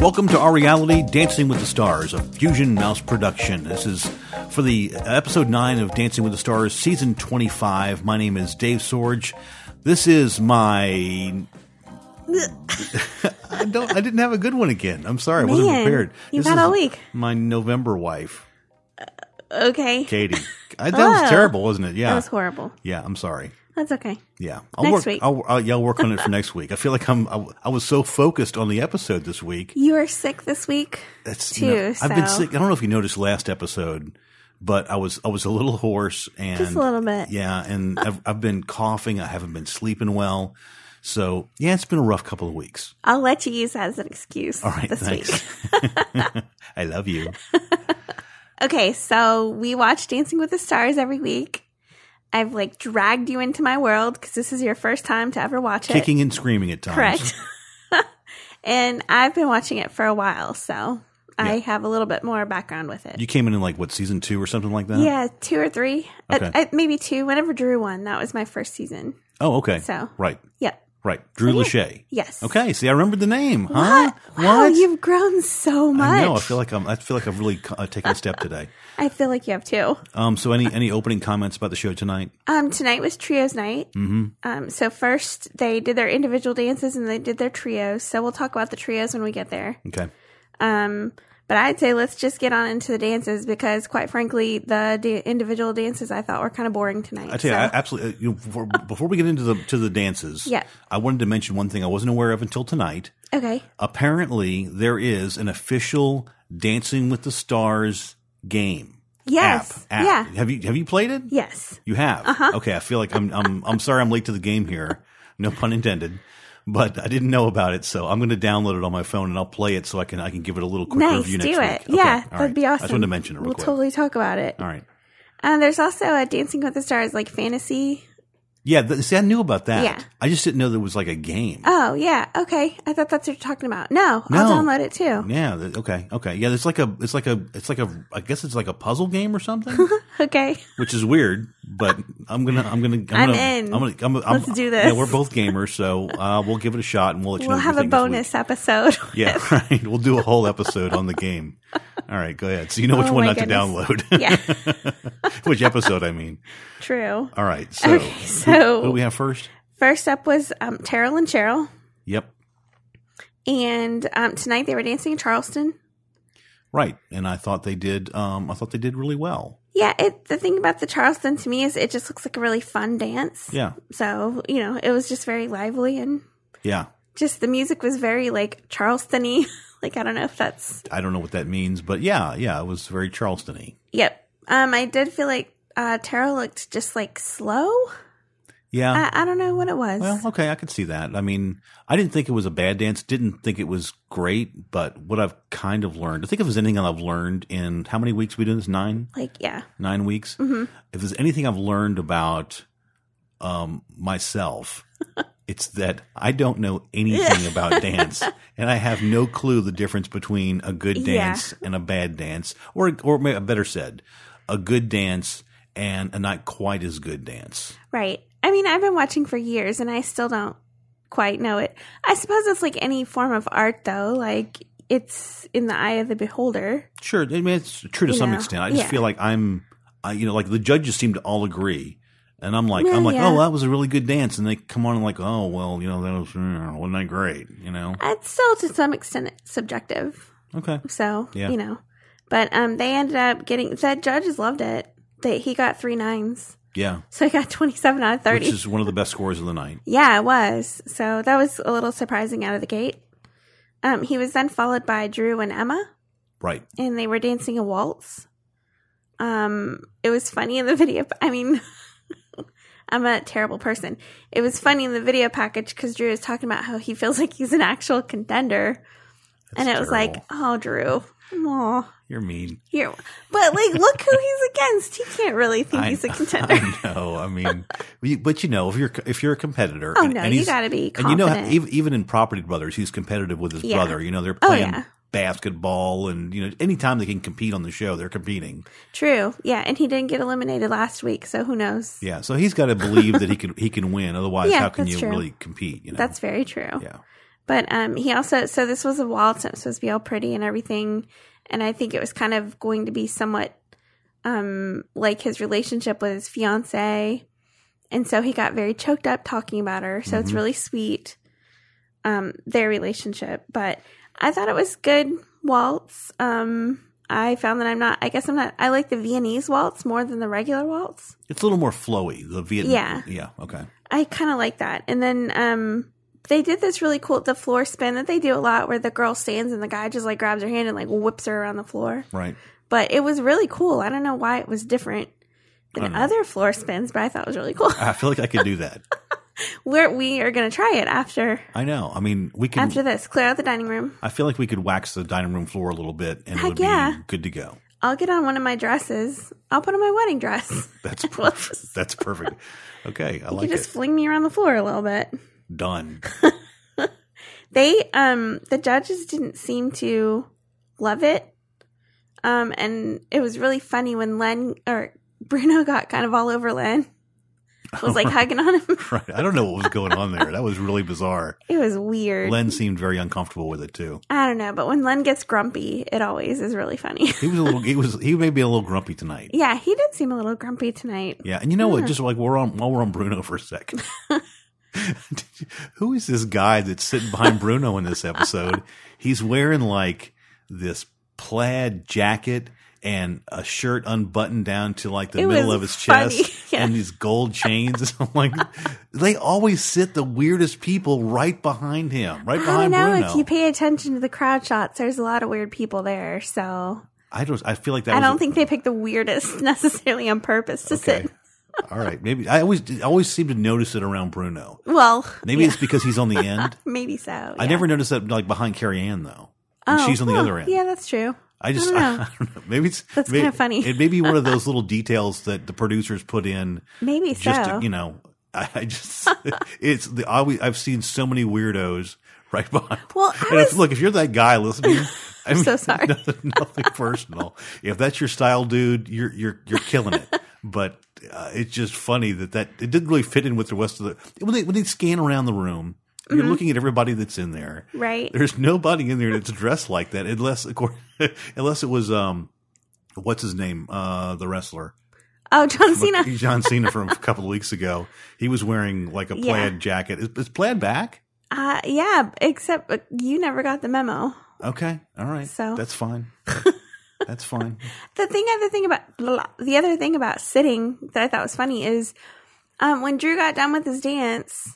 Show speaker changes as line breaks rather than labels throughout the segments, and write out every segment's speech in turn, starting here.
Welcome to our reality, Dancing with the Stars, a Fusion Mouse production. This is for the episode 9 of Dancing with the Stars, season 25. My name is Dave Sorge. This is my. I don't. I didn't have a good one again. I'm sorry. I wasn't
Man,
prepared.
you've
This
had
is
all week.
My November wife,
Okay.
Katie. I, that was
Oh.
terrible, wasn't it? Yeah.
That was horrible.
yeah. I'm sorry.
That's okay.
Yeah, I'll
Next
work.
week.
I'll, I'll, yeah, I'll work on it for next week. I feel like I'm. I, w- I was so focused on the episode this week.
You are sick this week.
That's
too.
you know, I've been
so-
sick. I don't know if you noticed last episode, but I was I was a little hoarse and
Just a little bit.
Yeah, and I've, I've been coughing. I haven't been sleeping well. So yeah, it's been a rough couple of weeks.
I'll let you use that as an excuse
All right,
this week.
thanks. I love you.
Okay, so we watch Dancing with the Stars every week. I've like dragged you into my world because this is your first time to ever watch it.
Kicking and screaming at times.
Correct. and I've been watching it for a while, so I have a little bit more background with it.
You came in in like what season two or something like that.
yeah, two or three. Uh,
Okay.
uh, maybe two. Whenever Drew won, that was my first season.
Oh, okay.
So.
right,
Yep.
right. Drew Lachey.
Yes.
Okay. See, I remembered the name. Huh?
What? Wow, you've grown so much.
I know. I feel like I'm. I feel like I've really uh, taken a step today.
I feel like you have too.
Um. So, any any opening comments about the show tonight?
Um, tonight was trios night. Mm-hmm. Um, so first they did their individual dances and they did their trios. So we'll talk about the trios when we get there.
Okay.
Um, but I'd say let's just get on into the dances because, quite frankly, the da- individual dances I thought were kind of boring tonight.
I tell you,
so.
I absolutely. uh, You know, before, before we get into the to the dances,
Yeah.
I wanted to mention one thing I wasn't aware of until tonight.
okay,
Apparently, there is an official Dancing with the Stars game.
yes,
App. app.
yeah, Uh-huh.
Have you have you played it?
yes,
You have. Okay. I feel like I'm I'm I'm sorry I'm late to the game here. No pun intended. But I didn't know about it, so I'm going to download it on my phone and I'll play it so I can I can give it a little quick
nice.
review next
Do it,
week. Okay, all
yeah,
right.
that'd be awesome.
I just wanted to mention it real
we'll
quick.
totally talk about it.
all right.
Um, there's also a Dancing with the Stars like fantasy.
Yeah. Th- see, I knew about that.
Yeah.
I just didn't know there was like a game.
Oh yeah, okay. I thought that's what you're talking about. No,
No.
I'll download it too.
Yeah. th- Okay. Okay. Yeah. It's like a. It's like a. It's like a. I guess it's like a puzzle game or something,
Okay.
which is weird. But I'm gonna. I'm gonna. I'm,
I'm
gonna,
in.
I'm gonna. I'm, I'm,
Let's do
Yeah,
this.
we're both gamers, so uh, we'll give it a shot and we'll let you know.
We'll
what we
have a
think next week.
bonus episode.
Yeah. Right. We'll do a whole episode on the game. All right. Go ahead. So you know which
Oh,
one
my
not
goodness.
to download.
yeah,
which episode? I mean.
true.
All right. So.
okay,
Who do
so
we have first?
first up was um, Terrell and Cheryl,
Yep.
and um, tonight they were dancing in Charleston.
Right. And I thought they did. Um. I thought they did really well.
Yeah, it, the thing about the Charleston to me is it just looks like a really fun dance.
Yeah.
So you know, it was just very lively and
Yeah.
just the music was very like Charleston-y. like I don't know if that's
I don't know what that means, but yeah. Yeah. It was very Charleston-y.
yep. Um, I did feel like uh, Terrell looked just like slow.
Yeah.
I, I don't know what it was.
Well, okay, I could see that. I mean, I didn't think it was a bad dance. Didn't think it was great, but what I've kind of learned, I think if there's anything I've learned in how many weeks we do this? Nine,
like yeah,
nine weeks.
Mm-hmm.
If there's anything I've learned about um, myself, it's that I don't know anything about dance, and I have no clue the difference between a good
Yeah.
dance and a bad dance, or or may- better said, a good dance and a not quite as good dance.
Right. I mean, I've been watching for years and I still don't quite know it. I suppose it's like any form of art, though. Like, it's in the eye of the beholder.
Sure, I mean it's true to
You
some
know,
extent. I just
yeah.
feel like I'm, I, you know, like the judges seem to all agree, and I'm like, I'm
Well,
like,
yeah.
oh, that was a really good dance, and they come on and like, oh, well, you know, that was mm, wasn't that great, you know?
It's still to some extent subjective.
Okay,
So,
Yeah.
you know. But um, they ended up getting, the judges loved it. They, he got three nines.
yeah,
So he got 27 out of 30.
which is one of the best scores of the night.
yeah, it was. So that was a little surprising out of the gate. Um, he was then followed by Drew and Emma.
Right?
and they were dancing a waltz. Um, it was funny in the video. I mean, I'm a terrible person. It was funny in the video package because Drew is talking about how he feels like he's an actual contender, and it
That's
was like,
terrible.
oh, Drew, aw,
you're mean.
you're. But like, look who he's against. He can't really think he's a contender.
I know. I mean, you- but you know, if you're if you're a competitor,
oh
and-
no,
and
you
he's-
got to be
and you
confident.
know, how- even even in Property Brothers, he's competitive with his
Yeah.
brother. You know, they're
Oh,
playing.
yeah.
Basketball and you know anytime they can compete on the show, they're competing.
True, yeah, and he didn't get eliminated last week, so who knows?
Yeah, so he's got to believe that he can he can win. Otherwise,
Yeah,
how can
that's
you
true.
really compete? You know,
That's very true.
yeah,
But um, he also, so this was a waltz and it was supposed to be all pretty and everything. And I think it was kind of going to be somewhat um, like his relationship with his fiance. And so he got very choked up talking about her. So it's
Mhm.
really sweet, um, their relationship. But I thought it was good waltz. Um, I found that I'm not, I guess I'm not, I like the Viennese waltz more than the regular waltz.
It's a little more flowy. The Vietnam.
Yeah.
Yeah. Okay.
I kind of like that. And then um, they did this really cool the floor spin that they do a lot, where the girl stands and the guy just like grabs her hand and like whips her around the floor.
Right.
But it was really cool. I don't know why it was different
I
than
don't know.
other floor spins, but I thought it was really cool.
I feel like I could do that.
We're, we are going to try it after
I know. I mean, we can.
after this. Clear out the dining room.
I feel like we could wax the dining room floor a little bit, and it
Heck
would be
yeah.
good to go.
I'll get on one of my dresses. I'll put on my wedding dress.
That's perfect. That's perfect. Okay, I
You
like
just
it.
fling me around the floor a little bit.
Done.
they um the judges didn't seem to love it um and it was really funny when len or bruno got kind of all over len was like hugging on him
Right. I don't know what was going on there. That was really bizarre.
it was weird
Len seemed very uncomfortable with it too.
i don't know but when len gets grumpy it always is really funny
He was a little. He was. He may be a little grumpy tonight.
yeah he did seem a little grumpy tonight
Yeah, and you know what?
Hmm.
Just like we're on while we're on Bruno for a second. Did you- Who is this guy that's sitting behind Bruno in this episode? He's wearing like this plaid jacket and a shirt unbuttoned down to like the
It
middle
was
of his
funny,
chest
yeah.
and these gold chains. I'm like, they always sit the weirdest people right behind him, right
I don't
behind
know
Bruno.
if you pay attention to the crowd shots. There's a lot of weird people there, so
I don't. I feel like that.
I
was
don't
a-
think they picked the weirdest necessarily on purpose to sit.
All right, maybe I always I always seem to notice it around Bruno.
Well,
Maybe
yeah,
it's because he's on the end.
maybe so.
I
yeah.
never noticed that like behind Carrie Ann though. And
Oh,
she's on the
huh.
other end.
Yeah, that's true.
I just
I
I
don't
don't
know.
know. Maybe it's
That's
may-
kinda funny.
It may be one of those little details that the producers put in
Maybe
just
so.
to, you know. I, I just it's the I always, I've seen so many weirdos right behind.
well, I
And if,
was
look, if you're that guy listening, I'm
so sorry.
Nothing, nothing personal. If that's your style, dude, you're you're you're killing it. But uh, it's just funny that that it didn't really fit in with the rest of the when they when they scan around the room. You're
Mm-hmm.
looking at everybody that's in there.
right.
There's nobody in there that's dressed like that, unless of course, unless it was um, what's his name, uh, the wrestler
Oh, John Cena.
John Cena from a couple of weeks ago. He was wearing like a
Yeah.
plaid jacket. Is, is plaid back?
Uh, yeah, except uh, you never got the memo.
Okay, all right,
So-
that's fine. that's fine.
The thing, other thing about blah, blah. the other thing about sitting that I thought was funny is, um, when Drew got done with his dance,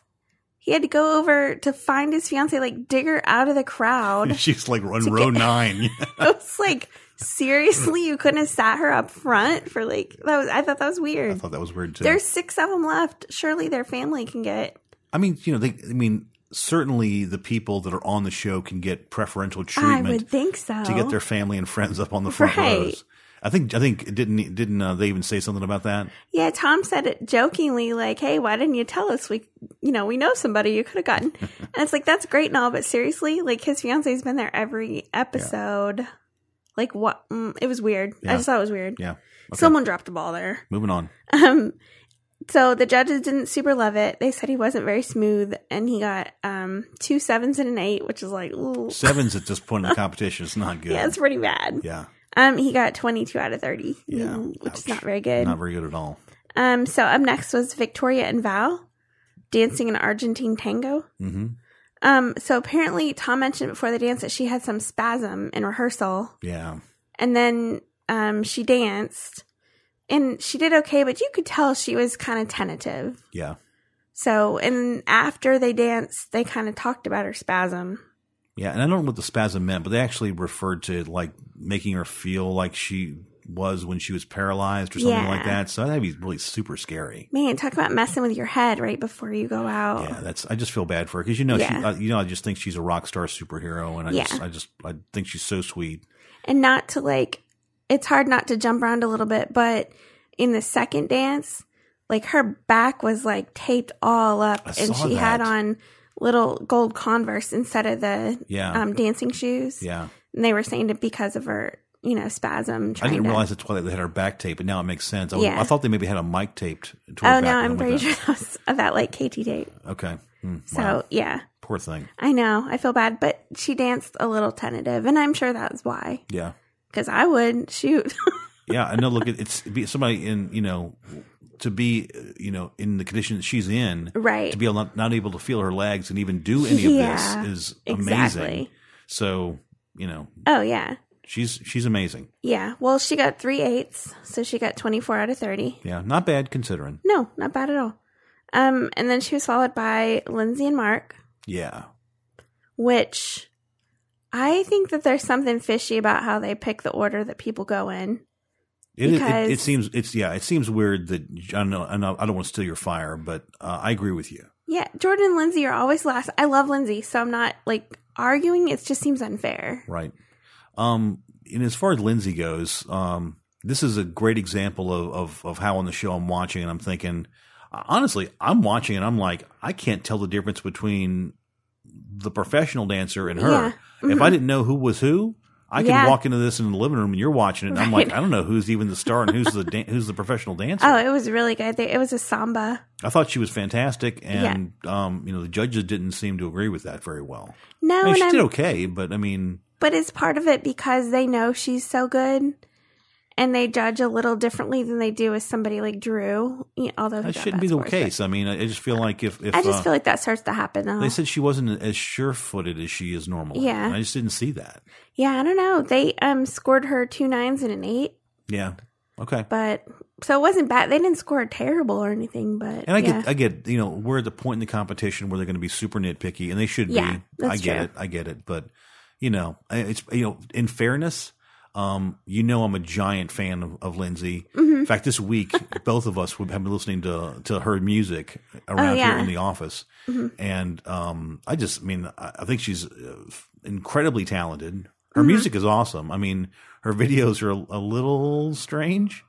he had to go over to find his fiance, like dig her out of the crowd. it
She's like on row nine.
was like seriously, you couldn't have sat her up front for like that was. I thought that was
I
weird.
thought that was weird too.
There's six of them left. Surely their family can get
I mean, you know, they. I mean, certainly the people that are on the show can get preferential
I
treatment
would think so.
to get their family and friends up on the front
Right.
rows. I think. I think it didn't didn't uh, they even say something about that?
Yeah, Tom said it jokingly, like, "Hey, why didn't you tell us? We, you know, we know somebody you could have gotten." and it's like that's great and all, but seriously, like his fiance's been there every episode. Like what? Mm, it was weird.
Yeah.
I just thought it was weird.
Yeah. Okay.
Someone dropped the ball there.
Moving on.
Um, so the judges didn't super love it. They said he wasn't very smooth, and he got um two sevens and an eight, which is like, ooh,
Sevens at this point in the competition is not good.
yeah, it's pretty bad.
Yeah,
Um, he got twenty two out of thirty,
Yeah.
mm, which is
Ouch.
not very good.
not very good at all.
Um, so up next was Victoria and Val dancing an Argentine tango.
hmm
Um, so apparently Tom mentioned before the dance that she had some spasm in rehearsal,
Yeah,
and then um, she danced, and she did okay, but you could tell she was kind of tentative.
yeah,
So, and after they danced, they kind of talked about her spasm.
yeah. And I don't know what the spasm meant, but they actually referred to like making her feel like she was when she was paralyzed or something
Yeah.
like that. So that'd be really super scary.
Man, talk about messing with your head right before you go out.
Yeah, that's. I just feel bad for her because you know, she,
Oh. Yeah.
I, you know, I just think she's a rock star superhero, and I
Yeah.
just, I just, I think she's so sweet.
and not to like it's hard not to jump around a little bit but in the second dance like her back was like taped all up
I
and
saw
she had
that.
on little gold converse instead of the
Yeah,
um, dancing shoes
Oh. yeah.
and they were saying it because of her you know spasm
I
trying
didn't
to-
realize that's why they had her back taped, but now it makes sense. I, was-
Yeah.
I thought they maybe had a mic taped. To her
oh
back
no
or
i'm
something
pretty
like
sure that was of that like kt date
that. Okay, Mm,
So
wow.
yeah,
poor thing.
I know. I feel bad, but she danced a little tentative, and I'm sure that's why.
Yeah.
Because I would shoot.
Yeah. I know. Look, it- it's be somebody in, you know, to be, uh, you know, in the condition that she's in,
right.
to be not, not able to feel her legs and even do any of
Yeah,
this is amazing.
exactly.
So, you know,
Oh yeah.
she's, she's amazing.
Yeah. Well, she got three eights, so she got 24 out of 30.
Yeah. Not bad considering.
No, not bad at all. Um, and then she was followed by Lindsay and Mark,
Yeah.
which I think that there's something fishy about how they pick the order that people go in.
It, it,
Because-
it, it seems it's yeah it seems weird that I don't know I, know, I don't want to steal your fire but uh, I agree with you
Yeah, Jordan and Lindsay are always last. I love Lindsay, so I'm not like arguing. It just seems unfair.
right um and as far as Lindsay goes um this is a great example of of, of how on the show I'm watching and I'm thinking honestly I'm watching and I'm like I can't tell the difference between the professional dancer and her
Yeah.
if I
Mhm.
didn't know who was who I can
Yeah.
walk into this in the living room and you're watching it and I'm
Right.
like I don't know who's even the star and who's the dan- who's the professional dancer
Oh, it was really good. They, it was a samba.
I thought she was fantastic, and um, you know the judges didn't seem to agree with that very well.
No,
I mean,
Oh, and
she
I'm
did okay, but I mean,
But it's part of it because they know she's so good and they judge a little differently than they do with somebody like Drew. y- Although
that
yeah,
shouldn't be
that's
the
worse,
case. I mean, I I just feel like if if
but I just
uh,
feel like that starts to happen though.
they said she wasn't as sure-footed as she is normally,
Yeah.
I just didn't see that.
yeah, I don't know. They um scored her two nines and an eight,
Yeah, okay.
but so it wasn't bad. They didn't score terrible or anything, but
And I
yeah.
get, I get, you know, we're at the point in the competition where they're going to be super nitpicky, and they should
Yeah,
be.
that's
I get
true.
it, I get it, but you know, I- it's you know, in fairness, um, you know, I'm a giant fan of, of Lindsay.
Mm-hmm.
In fact, this week, both of us would have been listening to to her music around
Oh, yeah. Mm-hmm.
here in the office, and um, I just, I mean, I, I think she's uh, incredibly talented. Her
Mm-hmm.
music is awesome. I mean, her videos are a, a little strange.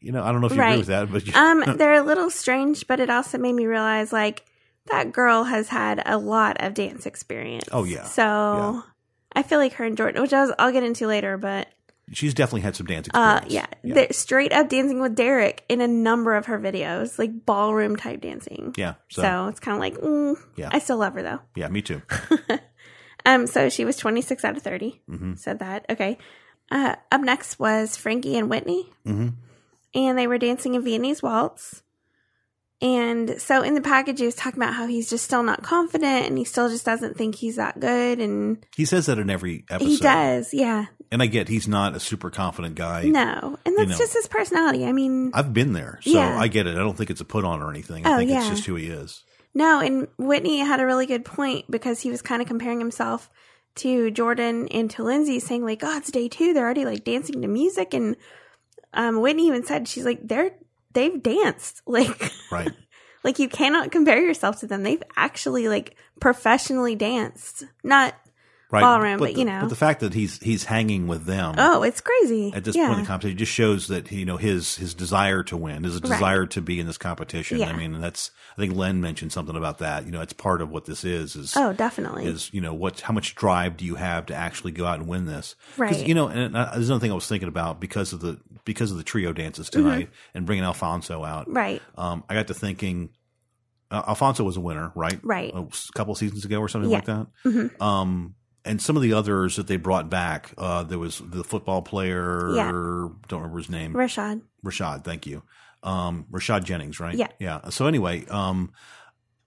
You know, I don't know if you
Right.
agree with that, but
um they're a little strange, but it also made me realize like that girl has had a lot of dance experience.
Oh, yeah.
So
Yeah.
I feel like her and Jordan, which I was, I'll get into later, but
She's definitely had some dance
Uh,
experience.
yeah,
yeah.
The- straight up dancing with Derek in a number of her videos, like ballroom type dancing.
Yeah. So,
So, it's kind of like, mm,
Yeah.
I still love her though.
yeah, me too.
Um, so she was 26 out of 30.
hmm
Said that. Okay. Uh, up next was Frankie and Whitney,
hmm
and they were dancing a Viennese waltz. And so in the package, he was talking about how he's just still not confident and he still just doesn't think he's that good. And
He says that in every episode.
he does. Yeah.
And I get he's not a super confident guy.
No. And that's
know.
just his personality. I mean,
I've been there. So
Yeah.
I get it. I don't think it's a put on or anything. I
Oh,
think it's
yeah.
just who he is.
No, and Whitney had a really good point because he was kind of comparing himself to Jordan and to Lindsay, saying like, "Oh, it's day two; they're already like dancing to music." And um, Whitney even said, "She's like they're they've danced like
Right.
like you cannot compare yourself to them. They've actually like professionally danced. Not
Right.
Ballroom, but
the,
you know.
But the fact that he's he's hanging with them
oh, it's crazy
at this
yeah.
point in the competition just shows that you know his his desire to win, his desire to be in this competition.
Yeah.
I mean, that's I think Len mentioned something about that. You know, it's part of what this is is
Oh, definitely.
is you know what how much drive do you have to actually go out and win this 'Cause,
Right.
you know and uh, there's another thing i was thinking about because of the because of the trio dances
Mm-hmm.
tonight and bringing alfonso out
right.
um i got to thinking uh, alfonso was a winner right
Right.
a s- couple seasons ago or something
Yeah.
like that
Mhm.
um and some of the others that they brought back uh there was the football player
Yeah.
don't remember his name
Rashad.
Rashad, thank you. Um, Rashad Jennings, right?
Yeah.
Yeah. So anyway, um,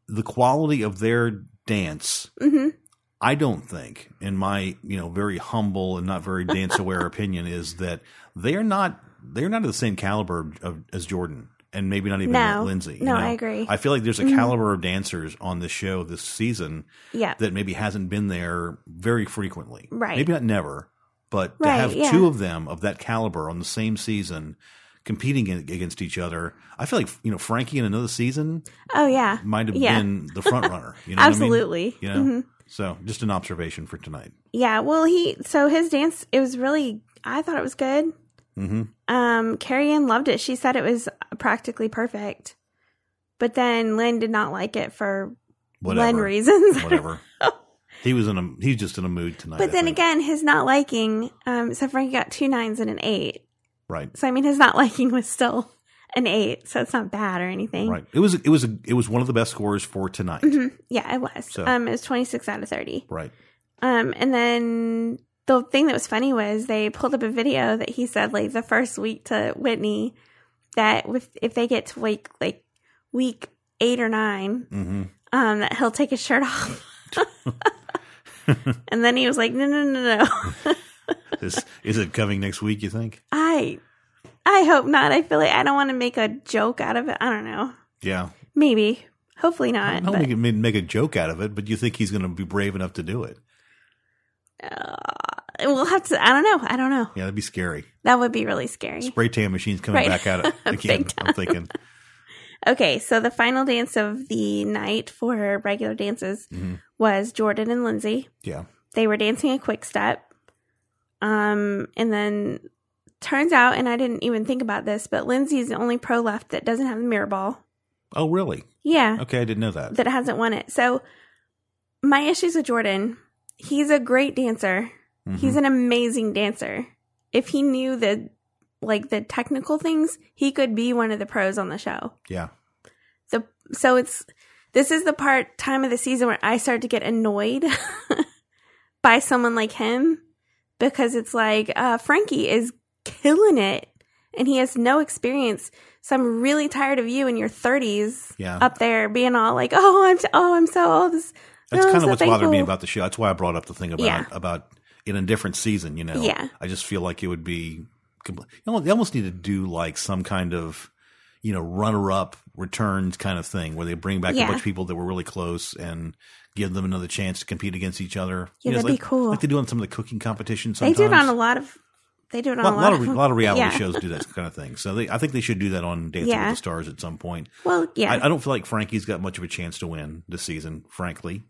the quality of their dance,
Mhm.
I don't think, in my you know very humble and not very dance aware opinion, is that they are not they're not of the same caliber of, of, as Jordan. And maybe not even
No.
Lindsay. you
No,
know?
I agree.
I feel like there's a
Mhm.
caliber of dancers on this show this season
Yeah.
that maybe hasn't been there very frequently.
Right.
Maybe not never, but
Right,
to have
yeah.
two of them of that caliber on the same season competing in, against each other, I feel like you know Frankie in another season
Oh yeah.
might have
Yeah.
been the front runner. You know What
Absolutely.
I mean? You know.
Mhm.
So just an observation for tonight.
Yeah, well, he so his dance it was really I thought it was good.
hmm
Um, Carrie Ann loved it. She said it was practically perfect, but then Lynn did not like it for Lynn
Whatever.
reasons.
Whatever. He was in a he's just in a mood tonight.
but
I
then
think.
again, his not liking. Um, so Frankie got two nines and an eight.
right?
So I mean, his not liking was still an eight, so it's not bad or anything.
Right. It was it was a, it was one of the best scores for tonight.
hmm Yeah, it was.
So-
Um, it was 26 out of 30.
Right.
Um, and then the thing that was funny was they pulled up a video that he said like the first week to Whitney that if if they get to week like week eight or nine,
Mm-hmm.
um, that he'll take his shirt off. and then he was like, no, no, no, no.
This is it coming next week. You think?
I I hope not. I feel like I don't want to make a joke out of it. I don't know.
Yeah.
Maybe. Hopefully
I
not.
don't
but-
think it made make a joke out of it, but you think he's going to be brave enough to do it?
uh, we'll have to. I don't know. I don't know.
Yeah, that'd be scary.
That would be really scary.
Spray tan machine's coming
Right.
back at it
Big
again. I'm thinking.
Okay, so the final dance of the night for her regular dances
Mhm.
was Jordan and Lindsay.
Yeah.
They were dancing a quick step. Um, and then turns out, and I didn't even think about this, but Lindsay's the only pro left that doesn't have the mirror ball.
Oh, really?
Yeah,
Okay, I didn't know that.
that hasn't won it. So my issues with Jordan, he's a great dancer.
Mhm.
He's an amazing dancer. If he knew the like the technical things, he could be one of the pros on the show.
yeah.
The so it's this is the part time of the season where I start to get annoyed by someone like him because it's like uh, Frankie is killing it and he has no experience. So I'm really tired of you in your 30s
Yeah.
up there being all like, "Oh, I'm so, oh, I'm so old." This-
That's
oh, I'm
kind of
so
what's bothered me
thankful."
about the show. That's why I brought up the thing about
Yeah.
about in a different season. You know,
Yeah.
I just feel like it would be. compl- you know, They almost need to do like some kind of, you know, runner up returns kind of thing where they bring back a
Yeah.
bunch of people that were really close and give them another chance to compete against each other. You
Yeah,
know,
that'd
like,
be cool.
Like they do on some of the cooking competitions.
They
Sometimes.
do it on a lot of. They do it on
lot,
a
lot of re-
them.
lot of reality
Yeah.
shows do that kind of thing. So they, I think they should do that on Dancing
Yeah.
with the Stars at some point.
Well, yeah,
I, I don't feel like Frankie's got much of a chance to win this season, frankly.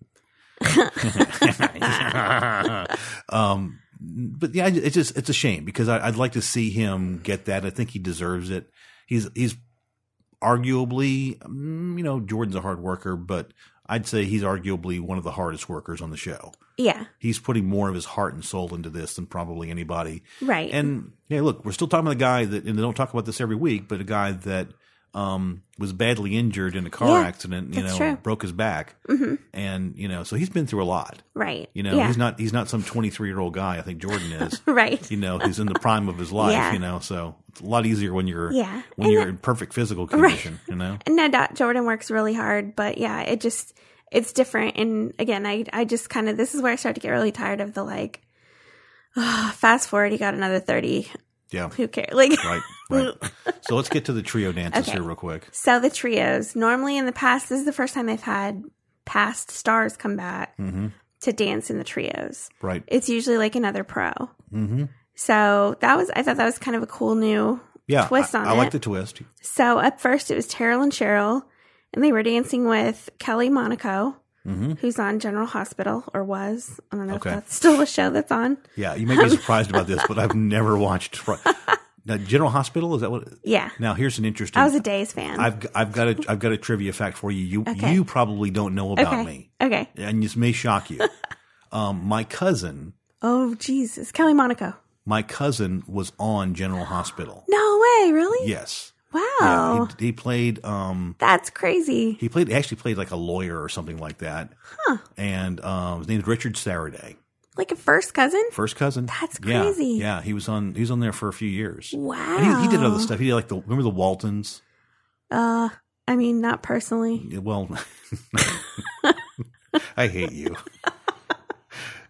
um, but yeah, it's just it's a shame because I, I'd like to see him get that. I think he deserves it. He's he's arguably, mm, you know, Jordan's a hard worker, but I'd say he's arguably one of the hardest workers on the show.
yeah,
He's putting more of his heart and soul into this than probably anybody.
right,
And yeah, look, we're still talking about a guy that, and they don't talk about this every week, but a guy that um, was badly injured in a car
Yeah,
accident, you know,
that's true.
broke his back,
hmm
and you know, so he's been through a lot.
right.
You know,
yeah,
he's not he's not some twenty three year old guy. I think Jordan is.
right.
you know, he's in the prime of his life.
Yeah.
You know, so it's a lot easier when you're
Yeah,
when
And
you're in perfect physical condition. You know,
And no doubt Jordan works really hard, but yeah, it just it's different. And again, I I just kind of this is where I start to get really tired of the like. ah, fast forward, he got another thirty.
yeah,
Who cares? Like
right, right. so let's get to the trio dances
Okay.
here real quick.
so the trios. Normally in the past, this is the first time they've had past stars come back
hmm
to dance in the trios.
Right.
It's usually like another pro.
hmm
So that was I thought that was kind of a cool new
Yeah,
Twist
I,
on
I like
it.
the twist.
So at first it was Terrell and Cheryl, and they were dancing with Kelly Monaco,
hmm
who's on General Hospital or was. I don't know
Okay.
if that's still a show that's on.
Yeah, you may be surprised about this, but I've never watched. Fr- Now, General Hospital is that what?
Yeah,
Now, here's an interesting.
I was a Days fan.
I've g- I've got a I've got a trivia fact for you. You
Okay.
you probably don't know about
okay.
me,
Okay.
and this may shock you. um, my cousin,
Oh Jesus, Kelly Monaco.
my cousin was on General Hospital.
No way, really?
Yes,
Wow,
yeah, he, he played um
that's crazy.
he played actually played like a lawyer or something like that.
Huh.
And um, his name is Richard Saraday,
Like a first cousin.
first cousin.
That's
Yeah,
crazy.
Yeah, he was on he was on there for a few years.
Wow.
And He, he did other stuff. He did like the remember the Waltons.
Uh, I mean, not personally.
Yeah, Well, I hate you.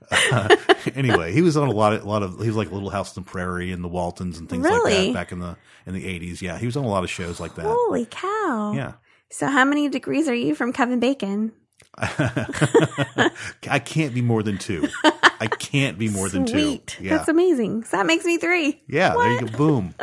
Uh, anyway, he was on a lot of lot of he was like Little House on the Prairie and the Waltons and things like
Really? Oh.
that back in the in the eighties. Yeah, he was on a lot of shows like that.
Holy cow.
Yeah.
So, how many degrees are you from Kevin Bacon?
I can't be more than two. I can't be more than
Sweet.
two. Yeah.
That's amazing. So, that makes me three.
yeah, there you go. Boom.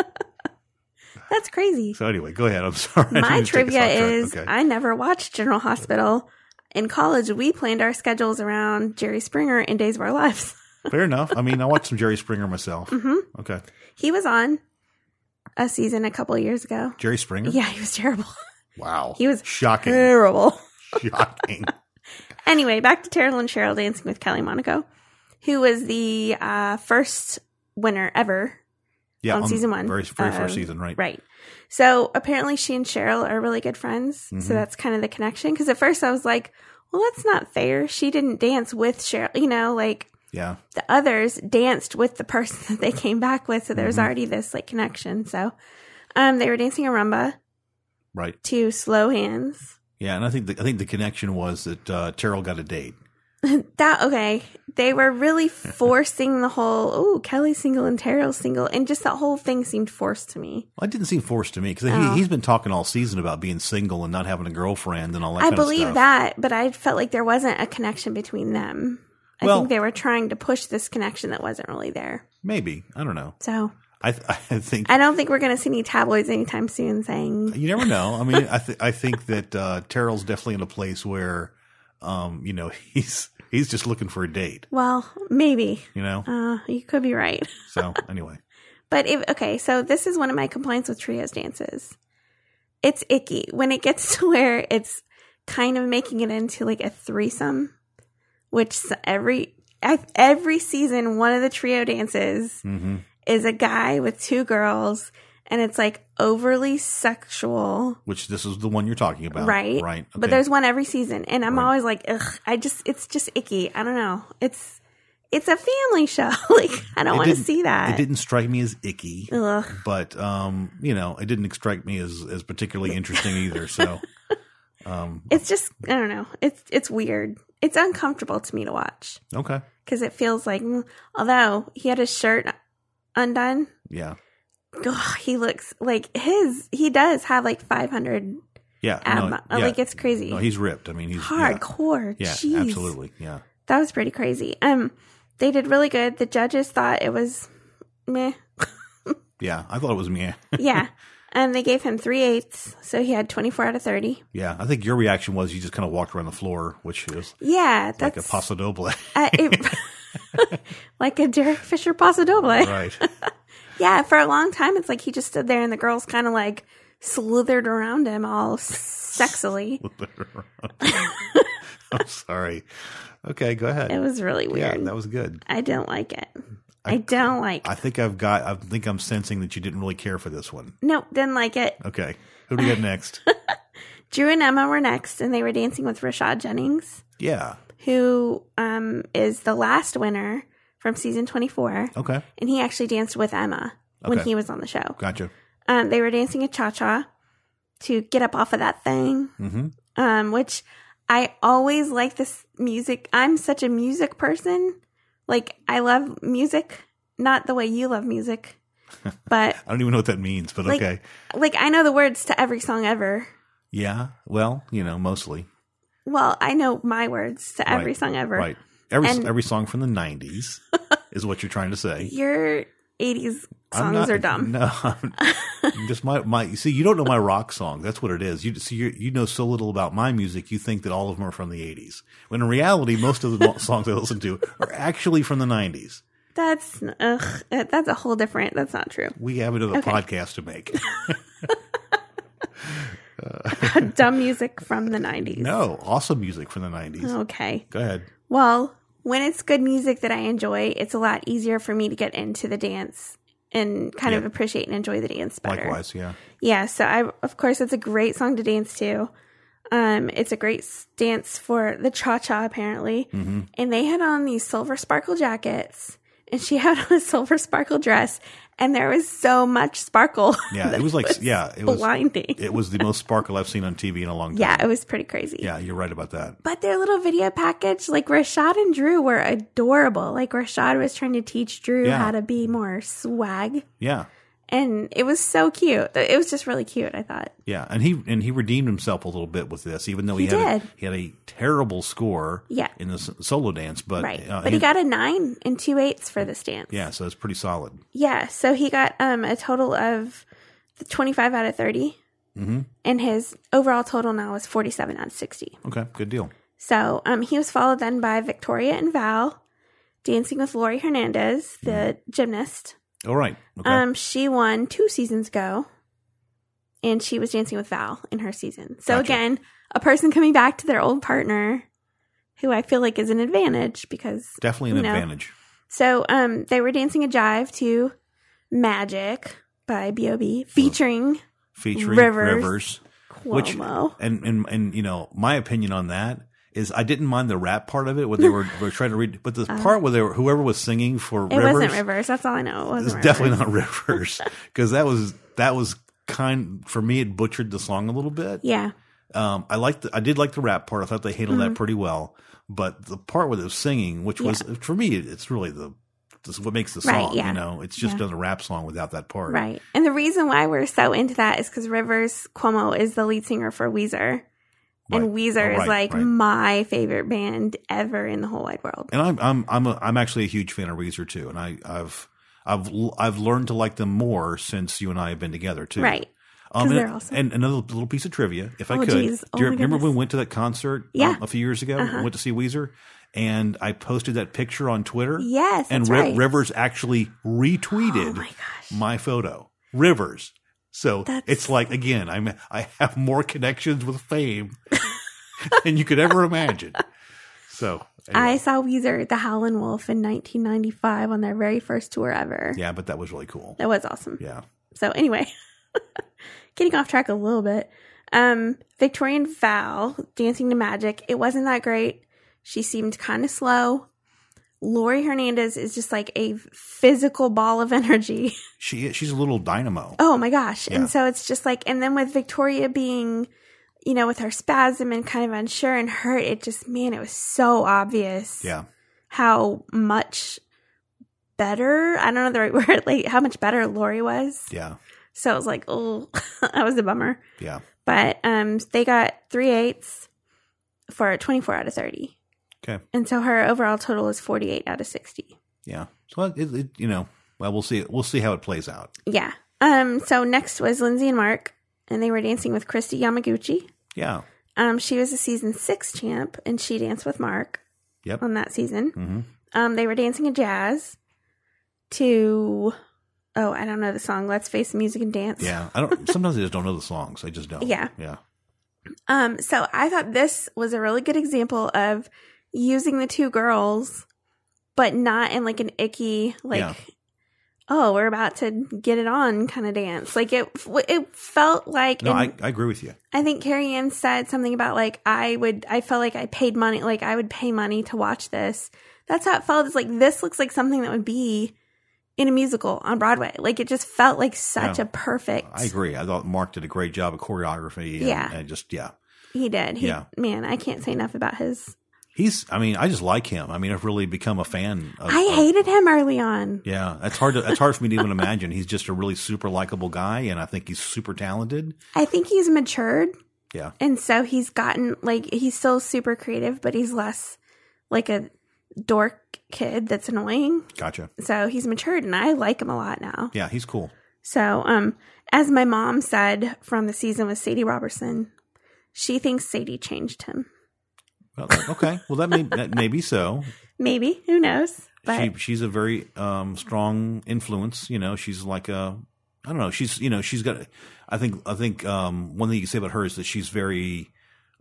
That's crazy.
So anyway, go ahead. I'm sorry. I didn't
My
mean to take us
trivia
off track.
is
okay.
I never watched General Hospital. In college, we planned our schedules around Jerry Springer and Days of Our Lives.
fair enough. I mean, I watched some Jerry Springer myself.
hmm
Okay,
He was on a season a couple years ago.
Jerry Springer.
Yeah, he was terrible.
Wow.
He was
shocking.
Terrible.
shocking.
Anyway, back to Terrell and Cheryl dancing with Kelly Monaco, who was the uh, first winner ever
Yeah,
on
the
season one,
very, very first
um,
season, right?
Right. So apparently she and Cheryl are really good friends.
Mhm.
So that's kind of the connection. Because at first I was like, well, that's not fair. She didn't dance with Cheryl. You know, like
Yeah,
the others danced with the person that they came back with. So there was
Mhm.
already this like connection. So um, they were dancing a rumba
right.
to slow hands.
Yeah, and I think the, I think the connection was that uh, Terrell got a date.
That okay. They were really forcing the whole, oh, Kelly's single and Terrell's single. And just that whole thing seemed forced to me.
Well, it didn't seem forced to me because
Oh.
he, he's been talking all season about being single and not having a girlfriend and all that.
I
kind of
believe
stuff.
that, but I felt like there wasn't a connection between them. I
Well-
think they were trying to push this connection that wasn't really there.
Maybe I don't know.
So
I th- I think
I don't think we're going to see any tabloids anytime soon saying,
you never know. I mean, I th- I think that uh, Terrell's definitely in a place where, um, you know, he's he's just looking for a date.
well, maybe.
You know.
Uh, you could be right.
So anyway,
But if, okay, so this is one of my complaints with trios dances. It's icky when it gets to where it's kind of making it into like a threesome, which s- every ev- every season one of the trio dances
hmm
is a guy with two girls and it's like overly sexual.
which this is the one you're talking about,
Right.
Right.
But
okay.
there's one every season and I'm
Right.
always like, ugh, I just it's just icky. I don't know. It's it's a family show. like I don't
It
want to
didn't-
see
it
that.
didn't strike me as icky.
Ugh.
but um, you know, it didn't strike me as as particularly interesting either. So, um,
It's just I don't know. It's it's weird. It's uncomfortable to me to watch
okay,
because it feels like mm, although he had his shirt undone,
yeah,
ugh, he looks like his he does have like 500
yeah,
ab,
no,
uh,
yeah.
like it's crazy.
No, he's ripped. I mean, he's yeah.
hardcore.
Yeah,
Jeez.
absolutely. Yeah,
That was pretty crazy. Um, they did really good. The judges thought it was meh.
yeah. I thought it was me.
Yeah. and they gave him three eighths, so he had twenty four out of thirty.
Yeah, I think your reaction was you just kind of walked around the floor, which is
Yeah, that's
like a paso doble,
uh, it- like a Derek Fisher Paso Doble.
right?
Yeah, for a long time, it's like he just stood there, and the girls kind of like slithered around him all sexily.
I'm sorry. Okay, go ahead.
It was really
yeah,
weird.
that was good.
I don't like it.
I-
I, don't like.
I think I've got. I think I'm sensing that you didn't really care for this one.
nope, didn't like it.
Okay, who do we got next?
Drew and Emma were next, and they were dancing with Rashad Jennings.
yeah.
who um, is the last winner from season 24.
Okay.
And he actually danced with Emma when
Okay.
he was on the show.
Gotcha.
Um, they were dancing a cha cha to get up off of that thing,
Mm-hmm.
um, which I always like this music. I'm such a music person. Like, I love music, not the way you love music, but
I don't even know what that means, but
Like-
okay.
like, I know the words to every song ever.
Yeah. Well, you know, mostly.
Well, I know my words to every
Right.
song ever.
Right. Every
And-
every song from the '90s is what you're trying to say.
Your 80s
I'm
songs
not-
are dumb.
No, I'm, I'm just my my. you See, you don't know my rock song. That's what it is. You see, you you know so little about my music. You think that all of them are from the '80s, when in reality, most of the songs I listen to are actually from the '90s.
That's ugh, that's a whole different. That's not true.
We have another
Okay.
podcast to make.
Dumb music from the nineties.
no, awesome music from the '90s.
Oh, Okay.
Go ahead.
Well, when it's good music that I enjoy, it's a lot easier for me to get into the dance and kind of
Yeah.
appreciate and enjoy the dance better.
Likewise, yeah.
Yeah. So I, of course, it's a great song to dance to. Um, it's a great s- dance for the cha cha apparently,
hmm
and they had on these silver sparkle jackets, and she had on a silver sparkle dress, and there was so much sparkle.
Yeah,
that
it was like yeah, it was
blinding.
it was the most sparkle I've seen on TV in a long time.
Yeah, it was pretty crazy.
Yeah, you're right about that.
But their little video package, like Rashad and Drew were adorable. Like Rashad was trying to teach Drew
Yeah.
how to be more swag.
Yeah.
And it was so cute. It was just really cute, I thought.
Yeah, and he and he redeemed himself a little bit with this, even though he,
He
had
did.
A, he had a terrible score
Yeah.
in the s- solo dance, but
right.
uh,
but he got a nine and two eights for this dance.
yeah, so it's pretty solid.
Yeah. So he got um a total of twenty five out of thirty.
hmm
And his overall total now was forty seven out of sixty.
Okay, good deal.
So um, he was followed then by Victoria and Val dancing with Lori Hernandez, the gymnast.
All right. Okay.
Um, she won two seasons ago, and she was dancing with Val in her season. So
Gotcha.
again, a person coming back to their old partner, who I feel like is an advantage because.
Definitely an
you know.
advantage.
So um, they were dancing a jive to Magic by B.O.B. featuring
featuring
Rivers.
Rivers. Which-
Cuomo.
and and and you know my opinion on that is I didn't mind the rap part of it what they were, were trying to read, but the part where they were whoever was singing for
Um, it
Rivers,
wasn't Rivers. That's all I know. It wasn't
it's
Rivers.
definitely not Rivers because that was that was kind for me. It butchered the song a little bit.
Yeah.
Um, I liked the, I did like the rap part. I thought they handled
Mm-hmm.
that pretty well, but the part where they were singing, which was for me, it's really the this is what makes the
Right,
song.
yeah.
You know, it's just
Yeah.
another rap song without that part.
Right. And the reason why we're so into that is because Rivers Cuomo is the lead singer for Weezer. And
Right.
Weezer
Oh,
is
right,
like
right.
my favorite band ever in the whole wide world.
and I'm I'm I'm a, I'm actually a huge fan of Weezer too, and I I've I've l- I've learned to like them more since you and I have been together too.
Right.
Um,
'Cause
and,
they're awesome.
and another little piece of trivia, if I
Oh,
could.
geez. Oh,
do you
my
remember when
goodness.
we went to that concert?
Yeah.
um, a few years ago,
Uh-huh.
we went to see Weezer, and I posted that picture on Twitter.
Yes.
and
that's
Ri-
right.
Rivers actually retweeted
Oh my gosh.
my photo. Rivers. So
That's-
it's like again, I'm I have more connections with fame than you could ever imagine. So
I
anyway.
saw Weezer at the Howlin' Wolf in 1995 on their very first tour ever.
yeah, but that was really cool.
That was awesome.
Yeah.
So anyway, getting off track a little bit. Um, Victorian Val dancing to magic. It wasn't that great. She seemed kind of slow. Lori Hernandez is just like a physical ball of energy.
She she's a little dynamo.
Oh my gosh.
Yeah.
And so it's just like and then with Victoria being, you know, with her spasm and kind of unsure and hurt, it just man, it was so obvious
Yeah.
how much better I don't know the right word, like how much better Lori was.
Yeah.
So it was like, oh, that was a bummer.
Yeah.
But um, they got three eights for a 24 out of 30.
Okay.
And so her overall total is 48 out of 60.
Yeah. So it, it, you know, well we'll see we'll see how it plays out.
Yeah. Um, so next was Lindsay and Mark, and they were dancing with Christy Yamaguchi.
Yeah.
Um, she was a season six champ, and she danced with Mark
Yep.
on that season.
hmm
Um, they were dancing a jazz to, oh, I don't know the song, Let's Face Music and Dance.
Yeah. I don't sometimes I just don't know the songs. I just don't.
Yeah.
Yeah.
Um, so I thought this was a really good example of using the two girls, but not in like an icky like,
Yeah.
oh, we're about to get it on kind of dance. Like it, it felt like.
No, I,
and
I agree with you.
I think Carrie Ann said something about like I would. I felt like I paid money. Like I would pay money to watch this. That's how it felt. It's like this looks like something that would be in a musical on Broadway. Like it just felt like such
Yeah.
a perfect.
I agree. I thought Mark did a great job of choreography. And,
Yeah.
And just yeah.
He did. He,
Yeah.
Man, I can't say enough about his
He's. I mean, I just like him. I mean, I've really become a fan. Of,
I
of-
hated him early on.
Yeah, that's hard. To, that's hard for me to even imagine. He's just a really super likable guy, and I think he's super talented.
I think he's matured.
Yeah.
And so he's gotten like he's still super creative, but he's less like a dork kid that's annoying.
Gotcha.
So he's matured and I like him a lot now.
Yeah, he's cool.
So um as my mom said from the season with Sadie Robertson, she thinks Sadie changed him.
Well, okay. Well, that may that may be so.
Maybe, who knows? But
she she's a very um, strong influence. You know, she's like a I don't know. She's you know she's got. I think I think um, one thing you can say about her is that she's very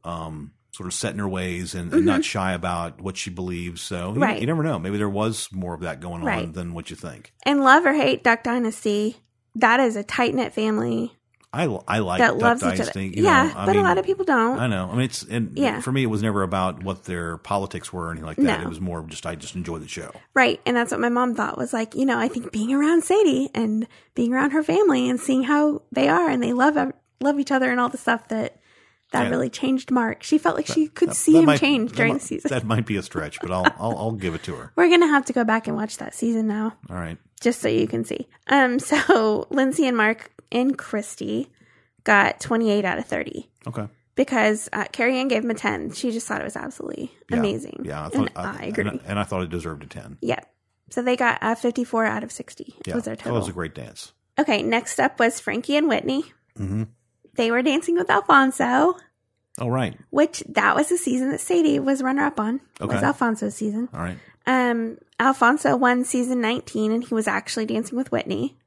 um, sort of set in her ways and, and not shy about what she believes. So you,
Mm-hmm. Right.
you never know. Maybe there was more of that going on
Right.
than what you think.
and love or hate Duck Dynasty, that is a tight knit family
I I like
that
Duck
loves
Dynasty.
each other.
you
Yeah,
know, I
but
mean,
a lot of people don't.
I know. I mean, it's and
Yeah.
for me, it was never about what their politics were or anything like that.
No.
It was more just I just enjoy the show.
Right. And that's what my mom thought was like, you know, I think being around Sadie and being around her family and seeing how they are and they love love each other and all the stuff that that
Yeah.
really changed Mark. She felt like she could
That-
see
that
him
might-
change
that
during
might-
the season.
That might be a stretch, but I'll I'll, I'll give it to her.
We're going to have to go back and watch that season now
All right.
just so you can see. Um so Lindsay and Mark and Christy got 28 out of 30
Okay.
because uh, Carrie Ann gave him a 10. She just thought it was absolutely
Yeah.
amazing.
Yeah, I
and
thought
I, agree.
and, and I thought it deserved a ten.
yep. So they got a 54 out of 60
Yeah,
was their
that
total.
was a great dance.
Okay, next up was Frankie and Whitney.
Mm-hmm.
They were dancing with Alfonso,
All right,
which that was the season that Sadie was runner up on.
Okay.
Was Alfonso's season.
all right.
Um Alfonso won season 19 and he was actually dancing with Whitney.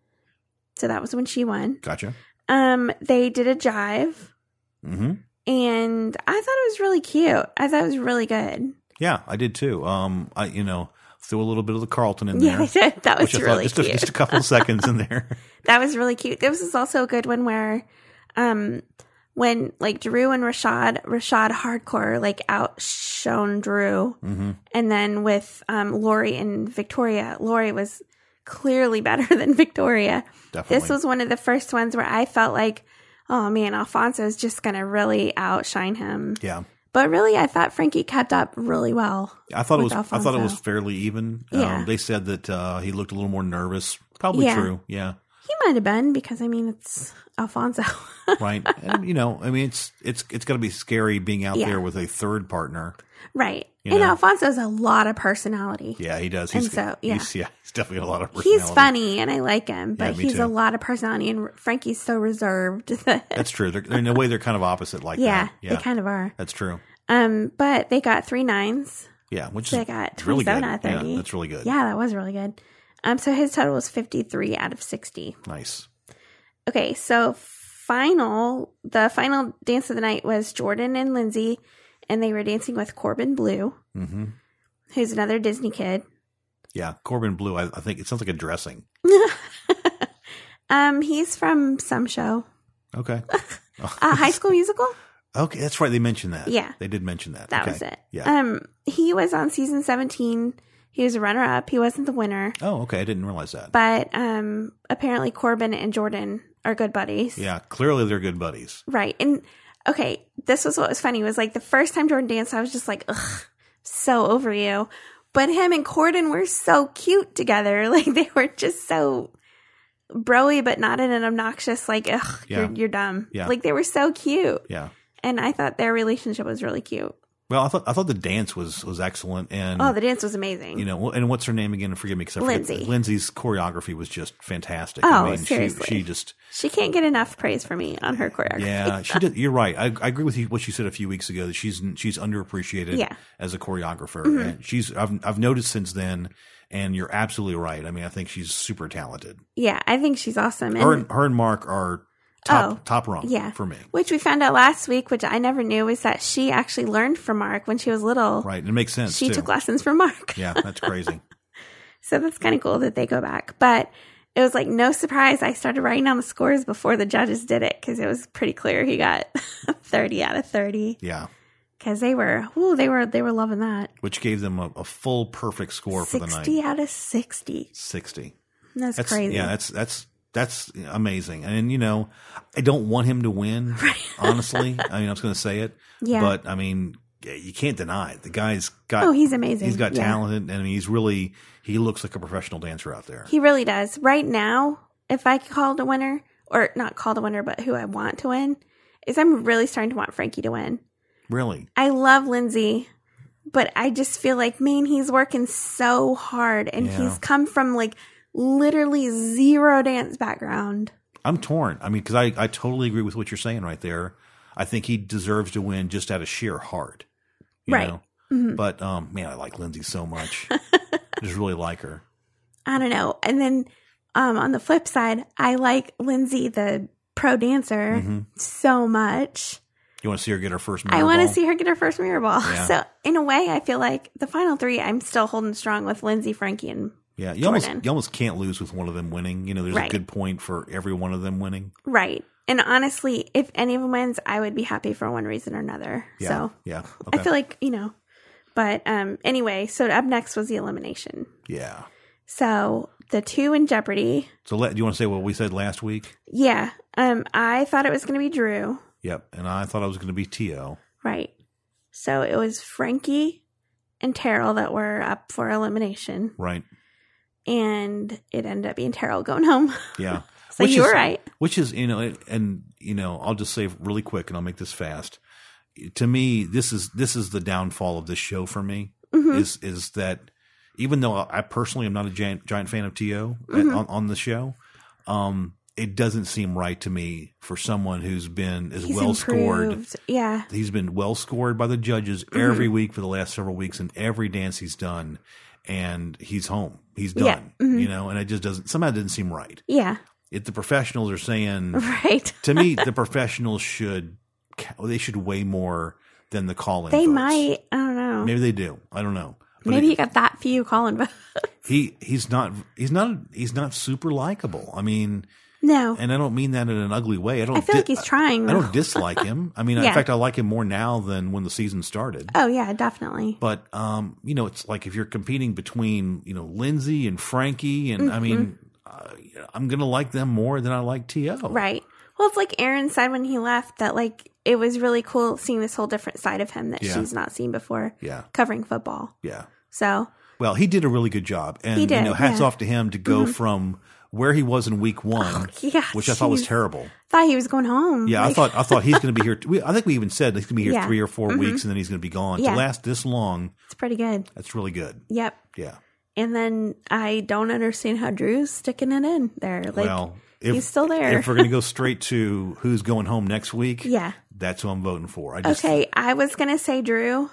So that was when she won.
Gotcha.
Um they did a jive
Mm-hmm.
and I thought it was really cute. I thought it was really good.
Yeah, I did too. Um, I you know threw a little bit of the Carlton in
Yeah,
there.
I did. That was
which I thought
really
just,
cute.
A, just a couple seconds in there.
That was really cute. This is also a good one where, um, when like Drew and Rashad, Rashad hardcore like outshone Drew,
hmm
and then with um Lori and Victoria, Lori was clearly better than Victoria.
Definitely.
This was one of the first ones where I felt like, oh man, Alfonso's just gonna really outshine him.
yeah.
But really, I thought Frankie kept up really well.
I thought it was.
with
I thought it was
Alfonso.
fairly even.
Yeah.
Um, they said that uh, he looked a little more nervous. Probably
Yeah.
true. Yeah.
He might have been because I mean it's Alfonso.
Right. and, you know, I mean, it's it's it's going to be scary being out
Yeah.
there with a third partner.
Right.
You
and
know.
Alfonso's a lot of personality.
Yeah, he does. He's,
And so, yeah.
He's, yeah, he's definitely a lot of.
He's
personality.
funny and I like him, but
me
he's
too.
a lot of personality and Frankie's so reserved that
That's true. They're, they're- in a way, they're kind of opposite like
yeah,
that. Yeah.
they kind of are.
that's true.
Um, but they got three nines.
Yeah, which
They
is
got
really
27
good.
out of
Yeah,
30.
that's really good.
Yeah, that was really good. Um, so his total was 53 out of 60.
Nice.
Okay, so final, the final dance of the night was Jordan and Lindsay, and they were dancing with Corbin Blue,
hmm
who's another Disney kid.
Yeah, Corbin Blue. I, I think it sounds like a dressing.
um, he's from some show,
Okay.
uh, High School Musical.
okay, that's right. They mentioned that.
Yeah.
they did mention that.
That
okay.
was it.
Yeah.
Um, he was on season 17. He was a runner up. He wasn't the winner,
Oh, okay. I didn't realize that.
but um, apparently Corbin and Jordan are good buddies.
yeah, clearly they're good buddies.
Right. And okay, this was what was funny was like the first time Jordan danced, I was just like, ugh, so over you. But him and Corden were so cute together. Like they were just so broy, but not in an obnoxious, like, ugh,
Yeah.
you're, you're dumb.
Yeah.
Like they were so cute.
Yeah.
And I thought their relationship was really cute.
Well, I thought I thought the dance was was excellent, and
Oh, the dance was
Mm.
amazing.
you know, and what's her name again? Forgive me, because I forget-
Lindsay.
Lindsay's choreography was just fantastic.
Oh,
I mean,
seriously.
she she just
she can't get enough praise for me on her choreography.
yeah, she did. You're right. I, I agree with you what you said a few weeks ago that she's she's underappreciated
Yeah. Mm-hmm.
as a choreographer, and she's I've I've noticed since then. And you're absolutely right. I mean, I think she's super talented.
Yeah, I think she's awesome.
her
And-
and her and Mark are top
Oh,
top rung
yeah.
for me.
which we found out last week, which I never knew, was that she actually learned from Mark when she was little.
Right, and it makes sense.
She
too.
took lessons from Mark.
yeah, that's crazy.
So that's kind of cool that they go back. But it was like no surprise. I started writing down the scores before the judges did it because it was pretty clear he got 30 out of 30
Yeah,
because they were, ooh, they were, they were loving that.
which gave them a, a full perfect score for the
60
night.
out of 60.
Sixty.
That's,
That's
crazy.
Yeah, that's that's that's amazing. And you know, I don't want him to win. honestly, I mean, I was going to say it,
Yeah.
but I mean, you can't deny it. The guy's got
oh, he's amazing.
he's got
Yeah.
talent, and I mean, he's really he looks like a professional dancer out there.
He really does. Right now, if I could call it a winner, or not call it a winner, but who I want to win, is I'm really starting to want Frankie to win.
really,
I love Lindsay, but I just feel like, man, he's working so hard and
Yeah.
he's come from like literally zero dance background.
I'm torn. I mean, because I I totally agree with what you're saying right there. I think he deserves to win just out of sheer heart. You
Right.
Know?
Mhm.
But um, man, I like Lindsay so much. I just really like her.
I don't know. And then um, on the flip side, I like Lindsay, the pro dancer,
hmm
so much.
You want to see her get her first?
I
mirror
want
ball?
to see her get her first mirror ball.
Yeah.
So, in a way, I feel like the final three, I'm still holding strong with Lindsay, Frankie, and
Yeah, you almost
Jordan.
you almost can't lose with one of them winning. You know, there's
Right.
a good point for every one of them winning.
Right. And honestly, if any of them wins, I would be happy for one reason or another.
Yeah,
So
yeah, okay,
I feel like, you know. But um anyway, so up next was the elimination.
yeah.
So the two in Jeopardy.
So let, do you want to say what we said last week?
Yeah. Um I thought it was gonna be Drew.
Yep, and I thought I was going to be To.
Right. So it was Frankie and Terrell that were up for elimination.
Right?
And it ended up being Terrell going home.
Yeah,
So
Which
you
is-
were right.
which is you know, and- and you know, I'll just say really quick, and I'll make this fast. To me, this is this is the downfall of this show for me.
Mhm.
Is is that even though I personally am not a giant, giant fan of To at-
Mhm.
on, on the show, um, it doesn't seem right to me for someone who's been as
He's
well scored
improved. Yeah.
He's been well scored by the judges
Mm-hmm.
every week for the last several weeks in every dance he's done, and he's home. He's
Yeah.
done.
Mhm.
You know, and it just doesn't somehow it doesn't seem right.
Yeah.
If the professionals are saying
Right.
to me, the professionals should ca- they should weigh more than the call in.
They might I don't know.
Maybe they do. I don't know. But
Maybe
it-
he got that few calling votes.
he he's not he's not he's not super likable. I mean,
No,
and I don't mean that in an ugly way. I don't.
I feel
di-
like he's trying.
I
though.
don't dislike him. I mean, in
Yeah.
fact, I like him more now than when the season started.
oh yeah, definitely.
But um, you know, it's like if you're competing between you know Lindsay and Frankie, and I mean, uh, I'm gonna like them more than I like To.
Mm-hmm. Right. Well, it's like Aaron said when he left that like it was really cool seeing this whole different side of him that
Yeah.
she's not seen before
Yeah.
covering football.
Yeah.
So
Well, he did a really good job, and
He
you
did,
know, hats
yeah. Mm-hmm. Oh,
off to him to go from where he was in week one,
yeah,
which I thought was
jeez.
terrible.
Thought he was going home.
Yeah, I
Like,
thought I thought he's going to be here. We, I think we even said he's going to be here
Oh, Yeah. Mm-hmm.
three or 4 weeks, and then he's going to be gone.
Yeah.
To last this long,
it's pretty good.
that's really good.
Yep.
Yeah.
And then I don't understand how Drew's sticking it in there. Like
well, if,
he's still there.
if we're going to go straight to who's going home next week,
yeah.
that's who I'm voting for. I just,
Okay, I was gonna say Drew,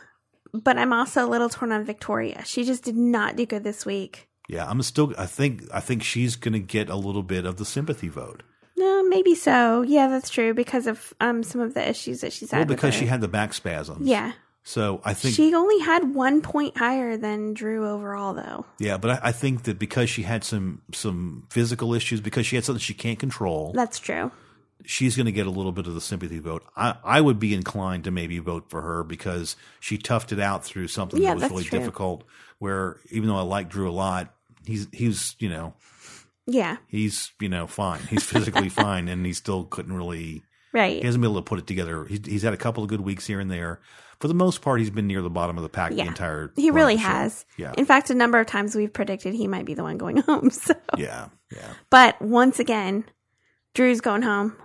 but I'm also a little torn on Victoria. She just did not do good this week.
Yeah, I'm still. I think I think she's going to get a little bit of the sympathy vote.
No, maybe so. Yeah, that's true because of um some of the issues that she's had.
Well,
with
because she
her.
had the back spasms.
yeah,
So I think
she only had one point higher than Drew overall, though.
Yeah, but I, I think that because she had some some physical issues, because she had something she can't control,
That's true.
she's going to get a little bit of the sympathy vote. I, I would be inclined to maybe vote for her because she toughed it out through something
Yeah,
that was
that's
really
true.
difficult. Where even though I like Drew a lot, he's he's you know
Yeah,
he's you know fine. He's physically fine, and he still couldn't really. He
right.
hasn't been able to put it together. He's, he's had a couple of good weeks here and there. For the most part, he's been near the bottom of the pack
Yeah.
the entire.
He
run
really
of the show.
has.
Yeah.
In fact, a number of times we've predicted he might be the one going home. So,
Yeah. Yeah.
but once again, Drew's going home.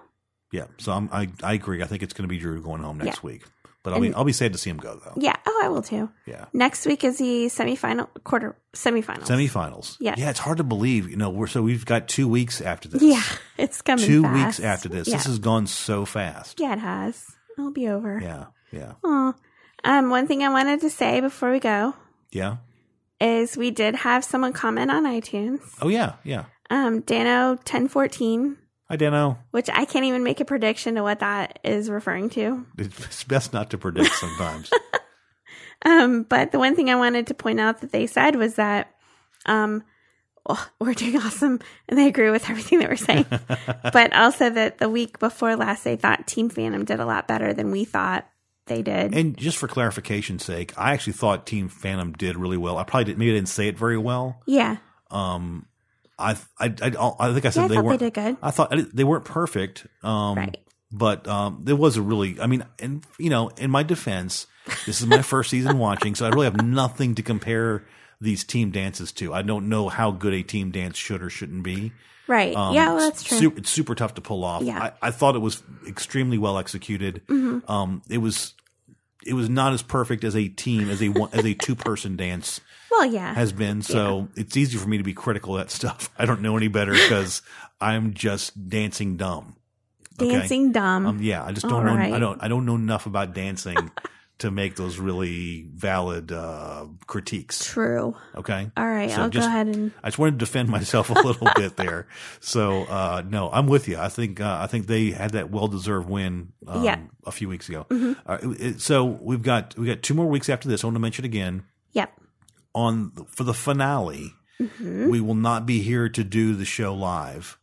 Yeah, so I'm, I I agree. I think it's going to be Drew going home next week, but I'll be
And-
I'll be sad to see him go though.
Yeah. Oh, I will too.
Yeah,
Next week is the semifinal quarter semifinals.
semifinals.
Yes.
yeah, it's hard to believe. You know, we're so we've got two weeks after this.
yeah, it's coming.
two
fast.
weeks after this.
Yeah.
This has gone so fast.
yeah, it has. It'll be over.
Yeah, yeah,
Aw. Um, one thing I wanted to say before we go
yeah.
is we did have someone comment on iTunes.
Oh yeah, yeah.
Um, Dano ten fourteen,
Hi Dano.
which I can't even make a prediction to what that is referring to.
It's best not to predict sometimes.
Um, but the one thing I wanted to point out that they said was that um, oh, we're doing awesome and they agree with everything that we're saying. but also that the week before last, they thought Team Phantom did a lot better than we thought they did.
and just for clarification's sake, I actually thought Team Phantom did really well. I probably didn't, maybe I didn't say it very well.
yeah.
Um, I I I, I think I said
Yeah, I
they
thought
weren't.
they
um,
did good.
I thought I didn't- they weren't perfect. Um,
Right.
But um, there was a really, I mean, and you know, in my defense, this is my first season watching, so I really have nothing to compare these team dances to. I don't know how good a team dance should or shouldn't be.
Right.
Um,
yeah, well, that's
it's
true.
su- it's super tough to pull off.
Yeah. Mm-hmm.
I, I thought it was extremely well executed. Um, it was, it was not as perfect as a team as a one, as a two person dance
well, yeah.
has been. So it's easy for me to be critical of that stuff. I don't know any better because I'm just dancing dumb. okay.
Dancing dumb.
Um, yeah, I just don't know. I
Alright.
don't. I don't know enough about dancing to make those really valid uh, critiques.
True.
Okay.
All right.
So
I'll
just-
go ahead and.
I just wanted to defend myself a little bit there. So uh, no, I'm with you. I think uh, I think they had that well deserved win um,
Yeah. Mm-hmm.
a few weeks ago. Uh, it- it- so we've got we got two more weeks after this. I want to mention again
Yep.
on for the finale.
Mm-hmm.
We will not be here to do the show live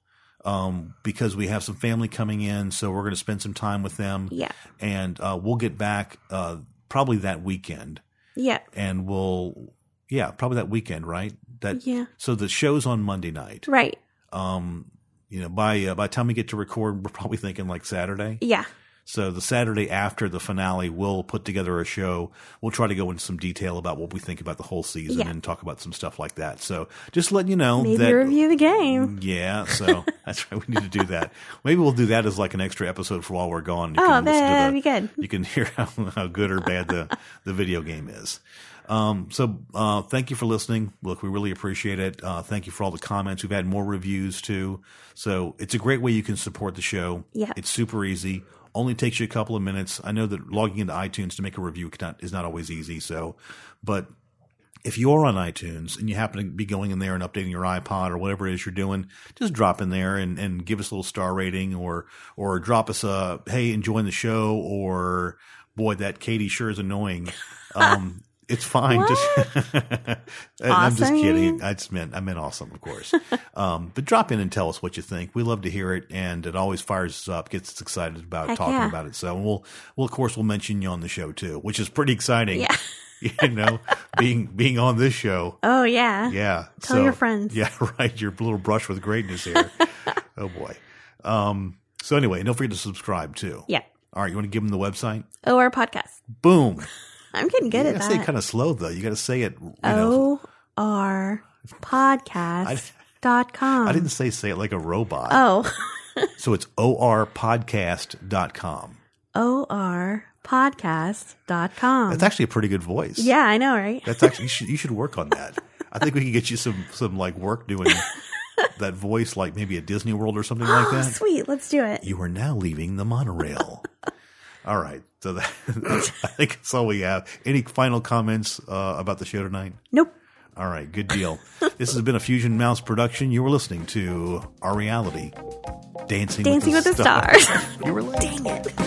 um, because we have some family coming in, so we're going to spend some time with them.
Yeah.
and uh, we'll get back uh, probably that weekend,
Yep.
and we'll yeah probably that weekend, right? That
Yeah.
So the show's on Monday night.
Right.
Um, you know, by uh, by the time we get to record, we're probably thinking like Saturday.
Yeah.
So the Saturday after the finale, we'll put together a show. We'll try to go into some detail about what we think about the whole season
Yeah.
and talk about some stuff like that. So just letting you know
Maybe
that Mm.
review the game.
yeah, so that's right. We need to do that. Maybe we'll do that as like an extra episode for while we're gone. You
Oh,
can listen to
that'd
the-
be good.
you can hear how, how good or bad the, the video game is. Um, so uh, thank you for listening. Look, we really appreciate it. Uh, thank you for all the comments. We've had more reviews too. So it's a great way you can support the show.
Yeah.
It's super easy. Only takes you a couple of minutes. I know that logging into iTunes to make a review cannot, is not always easy. So, but if you're on iTunes and you happen to be going in there and updating your iPod or whatever it is you're doing, just drop in there and, and give us a little star rating or or drop us a hey enjoying the show or boy that Katie sure is annoying. Um, It's fine.
What?
Just And I'm just
Awesome.
kidding. I just meant I meant awesome, of course. um, but drop in and tell us what you think. We love to hear it, and it always fires us up, gets us excited about
Heck
talking
yeah.
about it. So we'll we'll of course we'll mention you on the show too, which is pretty exciting.
Yeah.
you know, being being on this show.
Oh yeah.
Yeah.
Tell your friends.
Yeah, right. Your little brush with greatness here. oh boy. Um, so anyway, don't forget to subscribe too.
Yeah.
All right, you want to give them the website?
Oh, our podcast.
Boom.
I'm getting good
you
at
gotta
that. Oh.
say it kind of slow though. You got to say it. You know,
O R podcast dot com.
I didn't say say it like a robot.
Oh,
So it's orpodcast.com.
O R podcast dot com.
That's actually a pretty good voice.
Um, Yeah, I know, right?
That's actually you should you should work on that. I think we can get you some some like work doing that voice like maybe at Disney World or something like
Oh,
that.
sweet. Let's do it.
You are now leaving the monorail. all right. So that, I think that's all we have. Any final comments uh, about the show tonight?
Nope.
All right, good deal. this has been a Fusion Mouse production. You were listening to Our Reality Dancing,
Dancing with the
Stars.
Stars.
You were late.
Dang it.